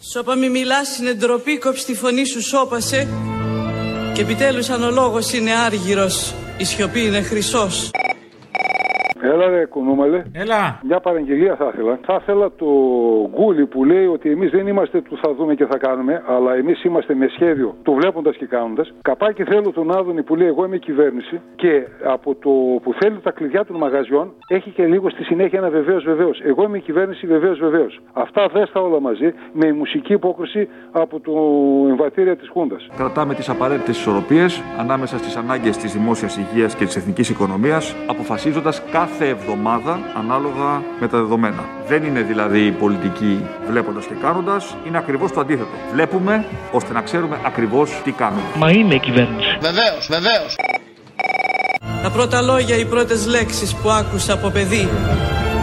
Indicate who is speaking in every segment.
Speaker 1: Σώπα μη μιλάς είναι ντροπή, κόψ τη φωνή σου σώπασε Και επιτέλους αν ο λόγος είναι άργυρος, η σιωπή είναι χρυσός
Speaker 2: Έλα ρε κουνούμαλε.
Speaker 3: Έλα.
Speaker 2: Μια παραγγελία θα ήθελα. Θα ήθελα το γκούλι που λέει ότι εμείς δεν είμαστε του θα δούμε και θα κάνουμε, αλλά εμείς είμαστε με σχέδιο του βλέποντας και κάνοντας. Καπάκι θέλω τον Άδωνη που λέει Εγώ είμαι η κυβέρνηση και από το που θέλει τα κλειδιά των μαγαζιών έχει και λίγο στη συνέχεια ένα βεβαίως βεβαίως. Εγώ είμαι η κυβέρνηση βεβαίως βεβαίως. Αυτά δες τα όλα μαζί με η μουσική υπόκριση από το εμβατήρια της Χούντας.
Speaker 4: Κρατάμε τις απαραίτητες ισορροπίες ανάμεσα στις ανάγκες της δημόσιας υγείας και της εθνικής οικονομίας, αποφασίζοντας κάθε κάθε εβδομάδα ανάλογα με τα δεδομένα. Δεν είναι δηλαδή η πολιτική βλέποντας και κάνοντας, είναι ακριβώς το αντίθετο. Βλέπουμε ώστε να ξέρουμε ακριβώς τι κάνουμε.
Speaker 5: Μα είναι η κυβέρνηση.
Speaker 6: Βεβαίως, βεβαίως.
Speaker 1: Τα πρώτα λόγια, οι πρώτες λέξεις που άκουσα από παιδί.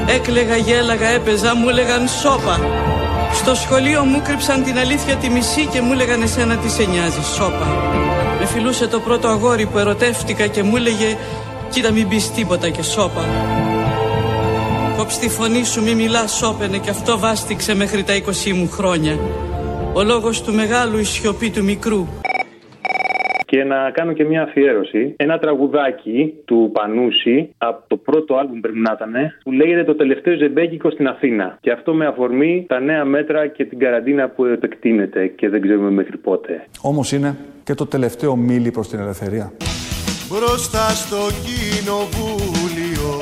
Speaker 1: Έκλεγα, γέλαγα, έπαιζα, μου έλεγαν σώπα. Στο σχολείο μου κρύψαν την αλήθεια τη μισή και μου έλεγαν εσένα τι σε νοιάζει, σώπα. Με φιλούσε το πρώτο αγόρι που ερωτεύτηκα και μου έλεγε Κοίτα μην πεις τίποτα και σώπα Κόψ τη φωνή σου μη μιλάς σώπαινε και αυτό βάστηξε μέχρι τα 20 μου χρόνια Ο λόγος του μεγάλου η σιωπή του μικρού
Speaker 7: και να κάνω και μια αφιέρωση. Ένα τραγουδάκι του Πανούση από το πρώτο άλμπουμ πρέπει να ήταν που λέγεται Το τελευταίο ζεμπέκικο στην Αθήνα. Και αυτό με αφορμή τα νέα μέτρα και την καραντίνα που επεκτείνεται και δεν ξέρουμε μέχρι πότε.
Speaker 8: Όμως είναι και το τελευταίο μίλι προς την ελευθερία
Speaker 9: μπροστά στο κοινοβούλιο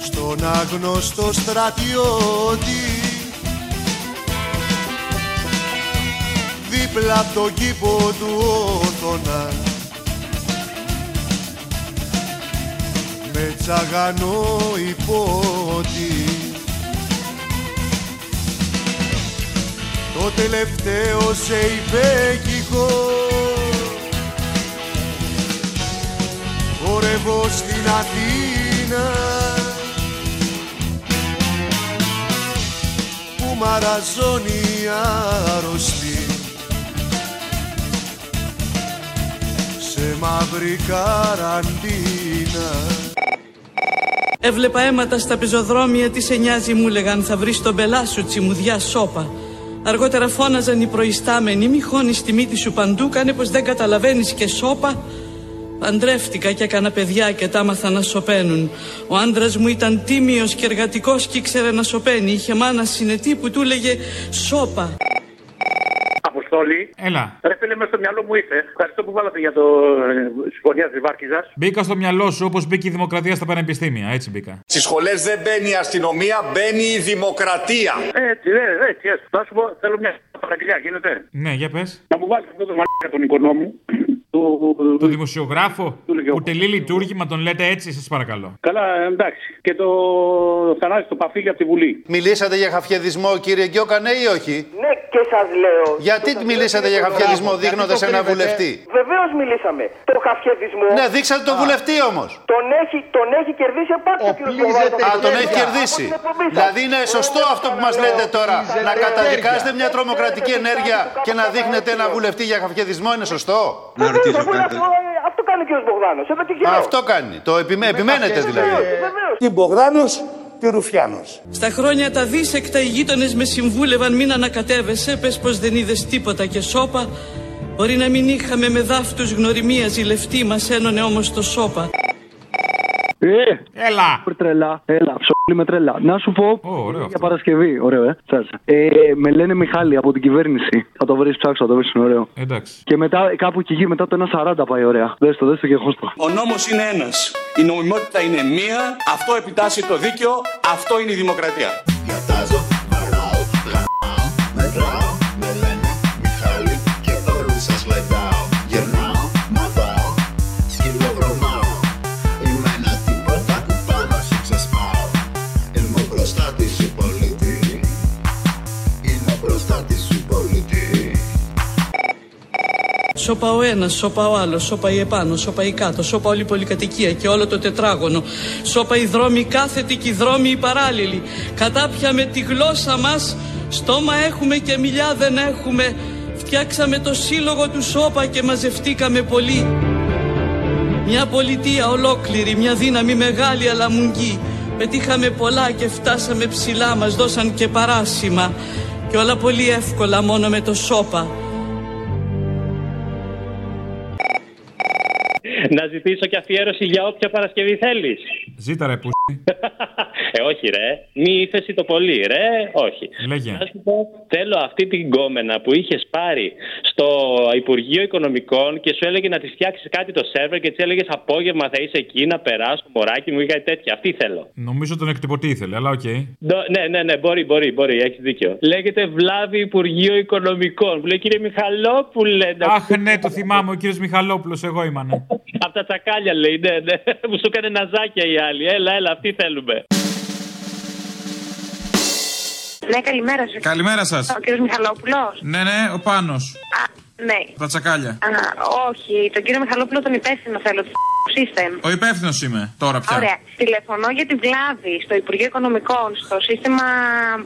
Speaker 9: στον άγνωστο στρατιώτη δίπλα από τον κήπο του Όθωνα με τσαγανό υπότι το τελευταίο σε υπέκυχο χορεύω στην Αθήνα που μαραζώνει άρρωστη σε μαύρη καραντίνα
Speaker 1: Έβλεπα αίματα στα πεζοδρόμια, τι σε νοιάζει μου λέγαν θα βρεις τον πελά σου τσιμουδιά σώπα Αργότερα φώναζαν οι προϊστάμενοι, μη χώνεις τη μύτη σου παντού, κάνε πως δεν καταλαβαίνεις και σώπα. Παντρεύτηκα και έκανα παιδιά και τα μάθα να σωπαίνουν. Ο άντρας μου ήταν τίμιος και εργατικός και ήξερε να σωπαίνει. Είχε μάνα συνετή που του έλεγε σώπα.
Speaker 10: Αποστόλη.
Speaker 3: Έλα.
Speaker 10: Ρε φίλε, μέσα στο μυαλό μου ήρθε. Ευχαριστώ που βάλατε για το ε, συμφωνία τη Βάρκιζα.
Speaker 3: Μπήκα στο μυαλό σου όπως μπήκε η δημοκρατία στα πανεπιστήμια. Έτσι μπήκα.
Speaker 11: Στις σχολές Ε, δεν μπαίνει η αστυνομία, μπαίνει η δημοκρατία.
Speaker 10: Έτσι, ρε, έτσι. έτσι. Να σου πω, θέλω μια παραγγελιά, γίνεται.
Speaker 3: Ναι, για πες.
Speaker 10: Να μου βάλεις αυτό το μαλάκα τον οικονόμου.
Speaker 3: Το δημοσιογράφο
Speaker 10: Του λέγε
Speaker 3: που
Speaker 10: ο-
Speaker 3: τελεί λειτουργήμα τον λέτε έτσι, σας παρακαλώ.
Speaker 10: Καλά, εντάξει. Και το θανάσι το παφίλι από τη Βουλή.
Speaker 9: Μιλήσατε για χαφιεδισμό, κύριε Γκιόκα, ναι ή όχι.
Speaker 12: Ναι, και σας λέω.
Speaker 9: Γιατί μιλήσατε για χαφιεδισμό δείχνοντα ένα βουλευτή.
Speaker 12: Βεβαίως μιλήσαμε. Το χαφιεδισμό.
Speaker 9: Ναι, δείξατε τον βουλευτή όμως.
Speaker 12: Τον έχει, τον έχει κερδίσει επάνω ο κύριος Κοβάλτος.
Speaker 9: Α, τον έχει κερδίσει. Δηλαδή είναι σωστό αυτό που μας λέτε τώρα. Να καταδικάζετε μια τρομοκρατική ενέργεια και να δείχνετε ένα βουλευτή για χαφιεδισμό είναι σωστό.
Speaker 12: Βεβαίως, αφού είναι αυτό, ε, Αυτό κάνει ο κύριος Μπογδάνος. Εδώ και χαίρομαι.
Speaker 9: Αυτό κάνει. Το επιμέ- επιμένετε δηλαδή.
Speaker 13: Τι Μπογδάνος, τι Ρουφιάνος.
Speaker 1: Στα χρόνια τα δίσεκτα οι γείτονες με συμβούλευαν μην ανακατεύεσαι, πες πως δεν είδες τίποτα και σώπα. Μπορεί να μην είχαμε με δάφτους γνωριμίας, η λεφτή μας ένωνε όμως το σώπα.
Speaker 14: Ε,
Speaker 3: Έλα!
Speaker 14: Super τρελά, έλα, ψωλή με τρελά. Να σου πω.
Speaker 3: ωραίο
Speaker 14: για Παρασκευή, ωραίο, ε. τσάτσα. Ε, με λένε Μιχάλη από την κυβέρνηση. Θα το βρεις, ψάξω, θα το βρεις, είναι ωραίο.
Speaker 3: Εντάξει.
Speaker 14: Και μετά, Ε, κάπου εκεί, μετά το 1.40 πάει, ωραία. Δες το, δες το και χώστο.
Speaker 15: Ο νόμος είναι ένας. Η νομιμότητα είναι μία. Αυτό επιτάσσει το δίκαιο. Αυτό είναι η δημοκρατία.
Speaker 1: Σώπα ο ένας, σώπα ο άλλος, σώπα η επάνω, σώπα η κάτω, σώπα όλη η πολυκατοικία και όλο το τετράγωνο. Σώπα οι δρόμοι κάθετοι και οι δρόμοι οι παράλληλοι. Κατάπιαμε τη γλώσσα μας, στόμα έχουμε και μιλιά δεν έχουμε. Φτιάξαμε το σύλλογο του σώπα και μαζευτήκαμε πολύ. Μια πολιτεία ολόκληρη, μια δύναμη μεγάλη αλλά μουγγή. Πετύχαμε πολλά και φτάσαμε ψηλά, μας δώσαν και παράσημα και όλα πολύ εύκολα μόνο με το σώπα.
Speaker 7: Να ζητήσω και αφιέρωση για όποια Παρασκευή θέλεις.
Speaker 16: Ζήτα ρε που.
Speaker 7: Ε, όχι, ρε. Μη ύφεση το πολύ, ρε. Όχι.
Speaker 16: Λέγε.
Speaker 7: Να σου πω, θέλω αυτή την κόμενα που είχες πάρει στο Υπουργείο Οικονομικών και σου έλεγε να της φτιάξεις κάτι το σερβερ και της έλεγες Απόγευμα θα είσαι εκεί να περάσω, μωράκι μου ή κάτι τέτοια. Αυτή θέλω.
Speaker 16: Νομίζω τον εκτυπωτή ήθελε, αλλά οκ.
Speaker 7: Ντο- Ναι, ναι, ναι, μπορεί, μπορεί, μπορεί, έχεις δίκιο. Λέγεται Βλάβη Υπουργείο Οικονομικών. Που λέει κύριε Μιχαλόπουλε. να
Speaker 16: Αχ, ναι, το θυμάμαι, ο κύριος Μιχαλόπουλος, εγώ ήμουν. ναι.
Speaker 7: Απ' τα τσακάλια λέει, ναι, ναι. Μου σου έκανε ναζάκια οι άλλοι. Έλα, έλα, αυτή θέλουμε.
Speaker 3: Ναι, καλημέρα σας.
Speaker 4: Καλημέρα σας.
Speaker 3: Ο κύριος Μιχαλόπουλος.
Speaker 4: Ναι, ναι, ο πάνω.
Speaker 3: Ναι.
Speaker 4: Τα τσακάλια.
Speaker 3: Α, όχι, τον κύριο Μιχαλόπουλο τον υπεύθυνο θέλω. του System.
Speaker 4: Ο υπεύθυνος είμαι τώρα πια.
Speaker 3: Ωραία. Τηλεφωνώ για την βλάβη στο Υπουργείο Οικονομικών, στο σύστημα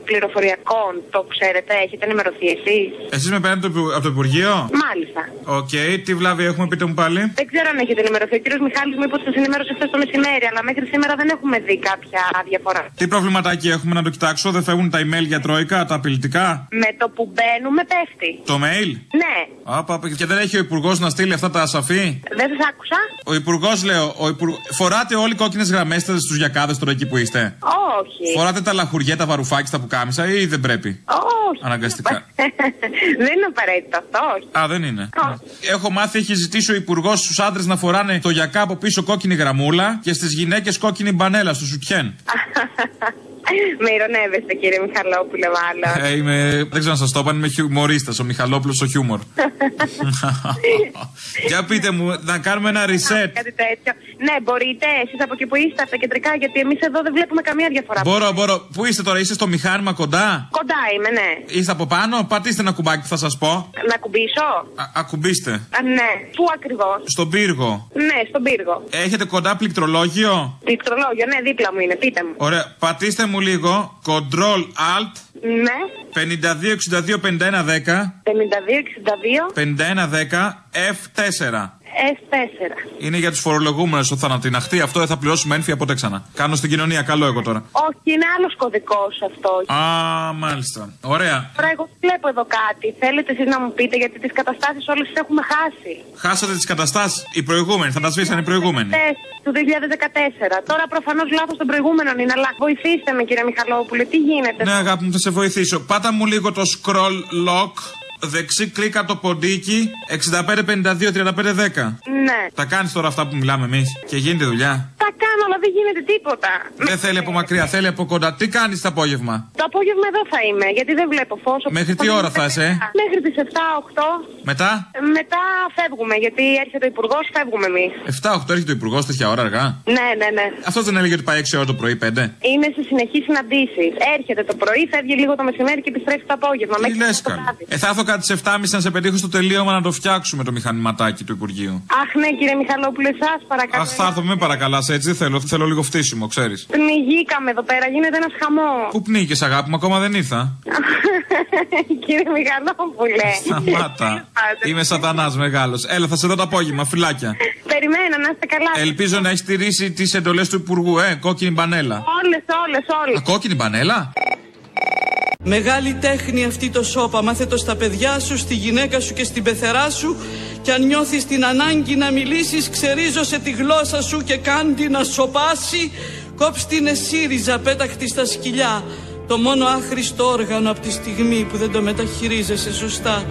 Speaker 3: πληροφοριακών. Το ξέρετε, έχετε ενημερωθεί εσείς.
Speaker 4: Εσείς με παίρνετε από το Υπου- από το Υπουργείο.
Speaker 3: Μάλιστα.
Speaker 4: Οκ, τι βλάβη έχουμε, πείτε μου πάλι.
Speaker 3: Δεν ξέρω αν έχετε ενημερωθεί. Ο κύριος Μιχάλης μου είπε ότι σας ενημέρωσε χθες το μεσημέρι, αλλά μέχρι σήμερα δεν έχουμε δει κάποια διαφορά.
Speaker 4: Τι προβληματάκι έχουμε να το κοιτάξω, δεν φεύγουν τα email για τρόικα, τα απειλητικά.
Speaker 3: Με το που μπαίνουμε πέφτει.
Speaker 4: Το mail.
Speaker 3: Ναι,
Speaker 4: Άπα, άπα, και δεν έχει ο υπουργός να στείλει αυτά τα ασαφή.
Speaker 3: δεν σας άκουσα.
Speaker 4: Ο υπουργός, λέω, ο υπουργ... φοράτε όλοι κόκκινες γραμμές στους γιακάδες τώρα εκεί που είστε.
Speaker 3: Όχι.
Speaker 4: Φοράτε τα λαχουριέ, τα βαρουφάκι, τα πουκάμισα ή δεν πρέπει.
Speaker 3: Όχι.
Speaker 4: Αναγκαστικά.
Speaker 3: δεν είναι απαραίτητο αυτό, όχι.
Speaker 4: Α, δεν είναι. Έχω μάθει, έχει ζητήσει ο υπουργός στους άντρες να φοράνε το γιακά από πίσω κόκκινη γραμμούλα και στις γυναίκες κόκκινη μπανέλα στο σουτιέν.
Speaker 3: Με ηρωνεύεστε κύριε Μιχαλόπουλε μάλλον.
Speaker 4: Ε, είμαι... Δεν ξέρω αν σας το είπα, είμαι χιουμορίστας, ο Μιχαλόπουλος ο χιούμορ. Για πείτε μου, να κάνουμε ένα reset.
Speaker 3: Κάτι τέτοιο. Ναι, μπορείτε εσείς από εκεί που είστε, από τα κεντρικά, γιατί εμείς εδώ δεν βλέπουμε καμία διαφορά.
Speaker 4: Μπορώ, μπορώ. Πού είστε τώρα, είστε στο μηχάνημα κοντά.
Speaker 3: Κοντά είμαι, ναι.
Speaker 4: Είστε από πάνω, πατήστε ένα κουμπάκι που θα σας πω.
Speaker 3: Να κουμπίσω.
Speaker 4: Α, ακουμπήστε.
Speaker 3: Α, ναι. Πού ακριβώς.
Speaker 4: Στον πύργο.
Speaker 3: Ναι, στον πύργο.
Speaker 4: Έχετε κοντά πληκτρολόγιο.
Speaker 3: Πληκτρολόγιο, ναι, δίπλα μου είναι, πείτε μου.
Speaker 4: Ωραία, πατήστε μου λίγο. Control Alt
Speaker 3: Ναι,
Speaker 4: 52 62 51 10 51
Speaker 3: 52-62
Speaker 4: 10 F4.
Speaker 3: F4.
Speaker 4: Είναι για τους φορολογούμενους ο θανατιναχτή. Αυτό δεν θα πληρώσουμε ένφια ποτέ ξανά. Κάνω στην κοινωνία, καλό εγώ τώρα.
Speaker 3: Όχι, είναι άλλος κωδικός αυτό.
Speaker 4: Α, μάλιστα. Ωραία.
Speaker 3: Τώρα εγώ βλέπω εδώ κάτι. Θέλετε εσείς να μου πείτε γιατί τις καταστάσεις όλες τις έχουμε χάσει.
Speaker 4: Χάσατε τις καταστάσεις. Οι προηγούμενοι, θα τα σβήσαν οι προηγούμενοι.
Speaker 3: Χθες, του 2014. Τώρα προφανώς λάθος των προηγούμενων είναι, αλλά βοηθήστε με κύριε Μιχαλόπουλε, τι γίνεται.
Speaker 4: Ναι, αγάπη μου, θα σε βοηθήσω. Πάτα μου λίγο το scroll lock. Δεξί κλικ από το ποντίκι 65-52-35-10.
Speaker 3: Ναι.
Speaker 4: Τα κάνεις τώρα αυτά που μιλάμε εμείς και γίνεται δουλειά.
Speaker 3: Τα κάνω, αλλά δεν γίνεται τίποτα.
Speaker 4: Δεν θέλει από μακριά, θέλει από κοντά. Τι κάνεις το απόγευμα.
Speaker 3: Το απόγευμα εδώ θα είμαι, γιατί δεν βλέπω φως.
Speaker 4: Μέχρι τι ώρα θα είσαι, ε?
Speaker 3: Μέχρι τις 7-8.
Speaker 4: Μετά,
Speaker 3: Μετά φεύγουμε, γιατί έρχεται ο υπουργός, φεύγουμε εμείς.
Speaker 4: 7-8 έρχεται ο υπουργός, τέτοια ώρα αργά.
Speaker 3: Ναι, ναι, ναι.
Speaker 4: Αυτός δεν έλεγε ότι πάει 6 ώρα το πρωί, 5.
Speaker 3: Είναι σε συνεχεί συναντήσει. Έρχεται το πρωί, φεύγει λίγο το μεσημέρι και επιστρέφει το απόγευμα.
Speaker 4: Τι λε, καλά. Ε, θα έρθω κάτι σε 7.30 να σε πετύχω στο τελείωμα να το φτιάξουμε το μηχανηματάκι του Υπουργείου.
Speaker 3: Αχ, ναι, κύριε Μιχαλόπουλε, σας παρακαλώ.
Speaker 4: Α, θα έρθω, με παρακαλάς, έτσι δεν θέλω. Θέλω λίγο φτύσιμο, ξέρεις.
Speaker 3: Πνιγήκαμε εδώ πέρα, γίνεται ένας χαμός.
Speaker 4: Πού πνίγε, αγάπη μου, ακόμα δεν ήρθα.
Speaker 3: Κύριε Μιγαλόπουλε.
Speaker 4: Σταμάτα. Είμαι σατανάς μεγάλος. Έλα, θα σε δω το απόγευμα, φυλάκια.
Speaker 3: Περιμένω να είστε καλά.
Speaker 4: Ελπίζω να έχεις τηρήσει τις εντολές του Υπουργού, ε, κόκκινη μπανέλα.
Speaker 3: Όλες, όλες, όλες.
Speaker 4: Α, κόκκινη μπανέλα?
Speaker 1: Μεγάλη τέχνη αυτή το σώπα. Μάθε το στα παιδιά σου, στη γυναίκα σου και στην πεθερά σου. Και αν νιώθεις την ανάγκη να μιλήσεις, ξερίζωσε τη γλώσσα σου και κάντι να σοπάσει. Κόψ την εσύριζα, πέταχτη στα σκυλιά. Το μόνο άχρηστο όργανο από τη στιγμή που δεν το μεταχειρίζεσαι σωστά.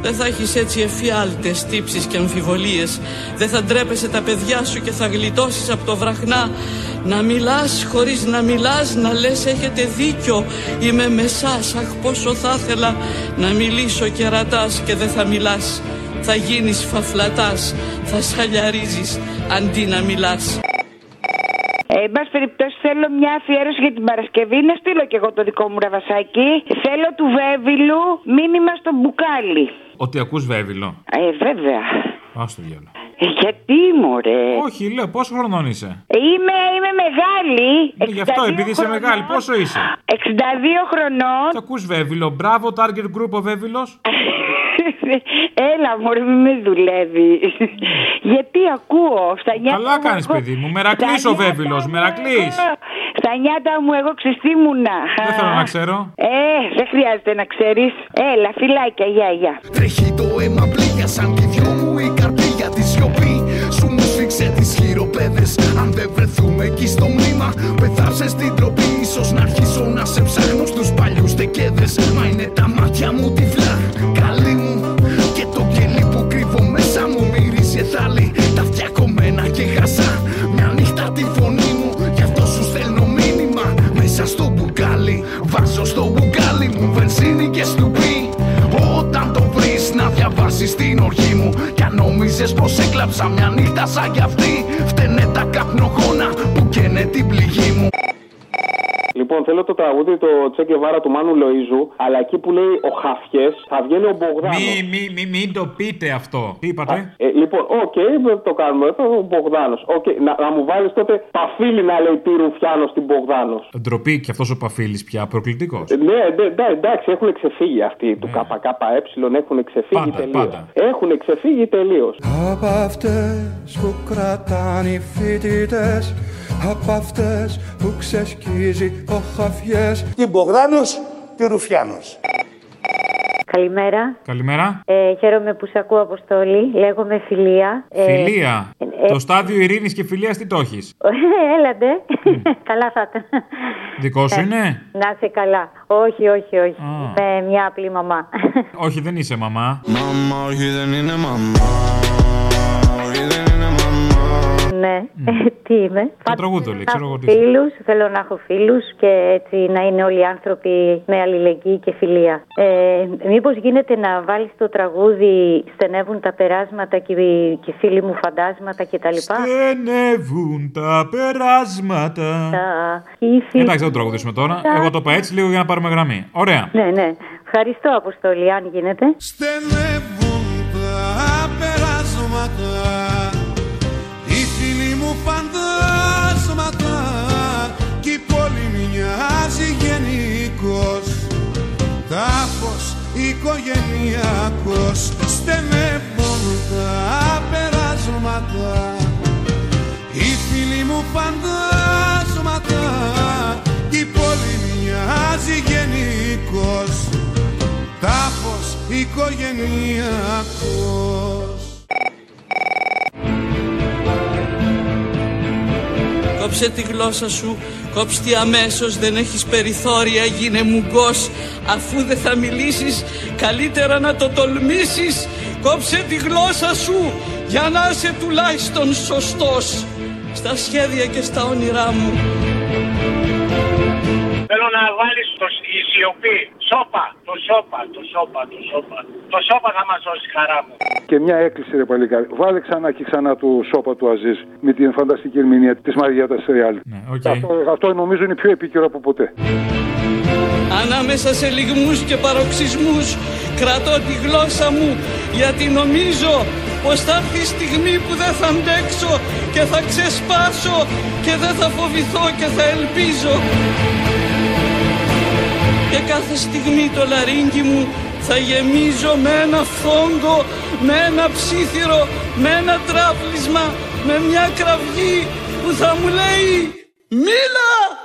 Speaker 1: Δεν θα έχεις έτσι εφιάλτες, τύψεις και αμφιβολίες. Δεν θα ντρέπεσαι τα παιδιά σου και θα γλιτώσεις από το βραχνά. Να μιλάς χωρίς να μιλάς, να λες έχετε δίκιο. Είμαι με σας, αχ πόσο θα ήθελα να μιλήσω και ρατάς και δεν θα μιλάς. Θα γίνεις φαφλατάς, θα σαλιαρίζεις αντί να μιλάς.
Speaker 17: Ε, εν πάση περιπτώσει, θέλω μια αφιέρωση για την Παρασκευή. Να στείλω κι εγώ το δικό μου ραβασάκι. Θέλω του Βέβυλου μήνυμα στο μπουκάλι.
Speaker 16: Ότι ακούς βέβυλο.
Speaker 17: Ε, βέβαια.
Speaker 16: Α το διάλογο.
Speaker 17: Ε, γιατί, μωρέ. Ε,
Speaker 16: Όχι, λέω, πόσο χρονών είσαι.
Speaker 17: Είμαι, είμαι μεγάλη.
Speaker 16: Ε, Γι' αυτό,
Speaker 17: 62
Speaker 16: επειδή είσαι
Speaker 17: χρονών.
Speaker 16: μεγάλη, πόσο είσαι.
Speaker 17: 62 χρονών.
Speaker 16: Τι ακού βέβυλο. Μπράβο, target group ο βέβυλο.
Speaker 17: Έλα, μωρέ, μη με δουλεύεις. γιατί ακούω στα νιάτα
Speaker 16: Καλά κάνει, παιδί μου. Μερακλή ο βέβυλο. Μερακλή.
Speaker 17: Στα
Speaker 18: Στα νιάτα μου, εγώ ξυστήμουνα.
Speaker 4: Δεν θέλω να ξέρω.
Speaker 18: Ε, δεν χρειάζεται να ξέρεις. Έλα, φυλάκια, γεια, γεια.
Speaker 9: Τρέχει το αίμα πλήγια σαν τη δυο μου η καρδιά τη σιωπή. Σου μου σφίξε τις χειροπέδες. Αν δεν βρεθούμε εκεί στο μνήμα, πεθάψες στην τροπή. Ίσως να αρχίσω να σε ψάχνω στους παλιούς τεκέδες. Μα είναι τα μάτια μου τυφλά, καλή μου. Και το κελί που κρύβω μέσα μου μυρίζει εθάλη. Τα αυτιά κομμένα και χασά. Μια νύχτα τη φωνή μου, γι' αυτό σου στέλνω μήνυμα. Μέσα στο μπουκάλι, βάζω στο μπουκάλι μου βενζίνη και στουπί. Όταν το βρεις να διαβάσεις την οργή μου Κι αν νόμιζες πως έκλαψα μια νύχτα σαν κι αυτή Φταίνε τα καπνοχώνα που καίνε την πληγή μου
Speaker 2: Λοιπόν, θέλω το τραγούδι το Τσέκε Βάρα του Μάνου Λοίζου, αλλά εκεί που λέει ο Χαφιές θα βγαίνει ο Μπογδάνος.
Speaker 4: Μη, μη, μη, μην το πείτε αυτό. Τι είπατε.
Speaker 2: Ε, λοιπόν, οκ, okay, το κάνουμε. Θα ο Μπογδάνος. Okay, να, να μου βάλεις τότε παφίλι να λέει τι Ρουφιάνος στην Μπογδάνος.
Speaker 4: Ντροπή και αυτός ο Παφίλης πια, προκλητικός.
Speaker 2: Ε, ναι, ναι, ναι, εντάξει, έχουν ξεφύγει αυτοί του ΚΚΕ, έχουν ξεφύγει
Speaker 4: Ναι. Πάντα,
Speaker 2: τελείως.
Speaker 4: πάντα.
Speaker 2: Έχουν ξεφύγει τελείως.
Speaker 19: Απ' αυτές που κρατάνε οι φοιτητές Απ' αυτές που ξεσκίζει ο χαφιές
Speaker 12: Τι Μπογδάνος, τι Ρουφιάνος
Speaker 3: Καλημέρα.
Speaker 4: Καλημέρα.
Speaker 3: Ε, χαίρομαι που σε ακούω, Αποστόλη. Λέγομαι Φιλία. Ε,
Speaker 4: Φιλία.
Speaker 3: ε, ε,
Speaker 4: Το στάδιο ειρήνης και φιλίας τι το έχεις.
Speaker 3: Ε, Έλατε. καλά θα ήταν.
Speaker 4: Δικό
Speaker 3: ε.
Speaker 4: σου είναι.
Speaker 3: Να σε καλά. Όχι, όχι, όχι. Είμαι μια απλή μαμά.
Speaker 4: Όχι, δεν είσαι μαμά.
Speaker 19: Μαμά όχι δεν είναι μαμά
Speaker 3: ναι. τι είμαι.
Speaker 4: Το τραγούδι, ξέρω εγώ τι είσαι.
Speaker 3: Φίλους, θέλω να έχω φίλους και έτσι να είναι όλοι οι άνθρωποι με αλληλεγγύη και φιλία. Ε, Μήπως γίνεται να βάλεις το τραγούδι Στενεύουν τα περάσματα και, οι- και οι φίλοι μου φαντάσματα κτλ.
Speaker 4: Στενεύουν τα περάσματα.
Speaker 3: Ε,
Speaker 4: Εντάξει, δεν το τραγουδήσουμε τώρα.
Speaker 3: Τα-
Speaker 4: Εγώ το είπα έτσι λίγο για να πάρουμε γραμμή. Ωραία.
Speaker 3: Ε, Ναι, ναι. Ευχαριστώ, Αποστολή, αν γίνεται.
Speaker 9: Στενεύουν τα περάσματα Οι φίλοι μου φαντάσματα Κι η πόλη μοιάζει γενικός Τάφος οικογενειακός Στενεύουν τα περάσματα Οι φίλοι μου φαντάσματα Κι η πόλη μοιάζει γενικός Τάφος οικογενειακός
Speaker 1: Κόψε τη γλώσσα σου, κόψ τη αμέσως, δεν έχεις περιθώρια, γίνε μουγκός. Αφού δεν θα μιλήσεις, καλύτερα να το τολμήσεις. Κόψε τη γλώσσα σου, για να είσαι τουλάχιστον σωστός. Στα σχέδια και στα όνειρά μου.
Speaker 7: Θέλω να βάλεις το, σ- η σιωπή. Σόπα, το σόπα, το σόπα, το σόπα. Το σόπα θα μας δώσει χαρά μου.
Speaker 20: Και μια έκκληση, ρε παλικάρι. Βάλε ξανά και ξανά του σώπα του Αζίζ με την φανταστική ερμηνεία της Μαριέτα Σεριάλ.
Speaker 4: Ναι.
Speaker 20: αυτό, αυτό νομίζω είναι πιο επίκαιρο από ποτέ.
Speaker 1: Ανάμεσα σε λιγμούς και παροξισμούς κρατώ τη γλώσσα μου γιατί νομίζω πως θα έρθει η στιγμή που δεν θα αντέξω και θα ξεσπάσω και δεν θα φοβηθώ και θα ελπίζω. Και κάθε στιγμή το λαρίνκι μου θα γεμίζω με ένα φόγκο, με ένα ψήθυρο, με ένα τράπλισμα, με μια κραυγή που θα μου λέει «Μίλα!»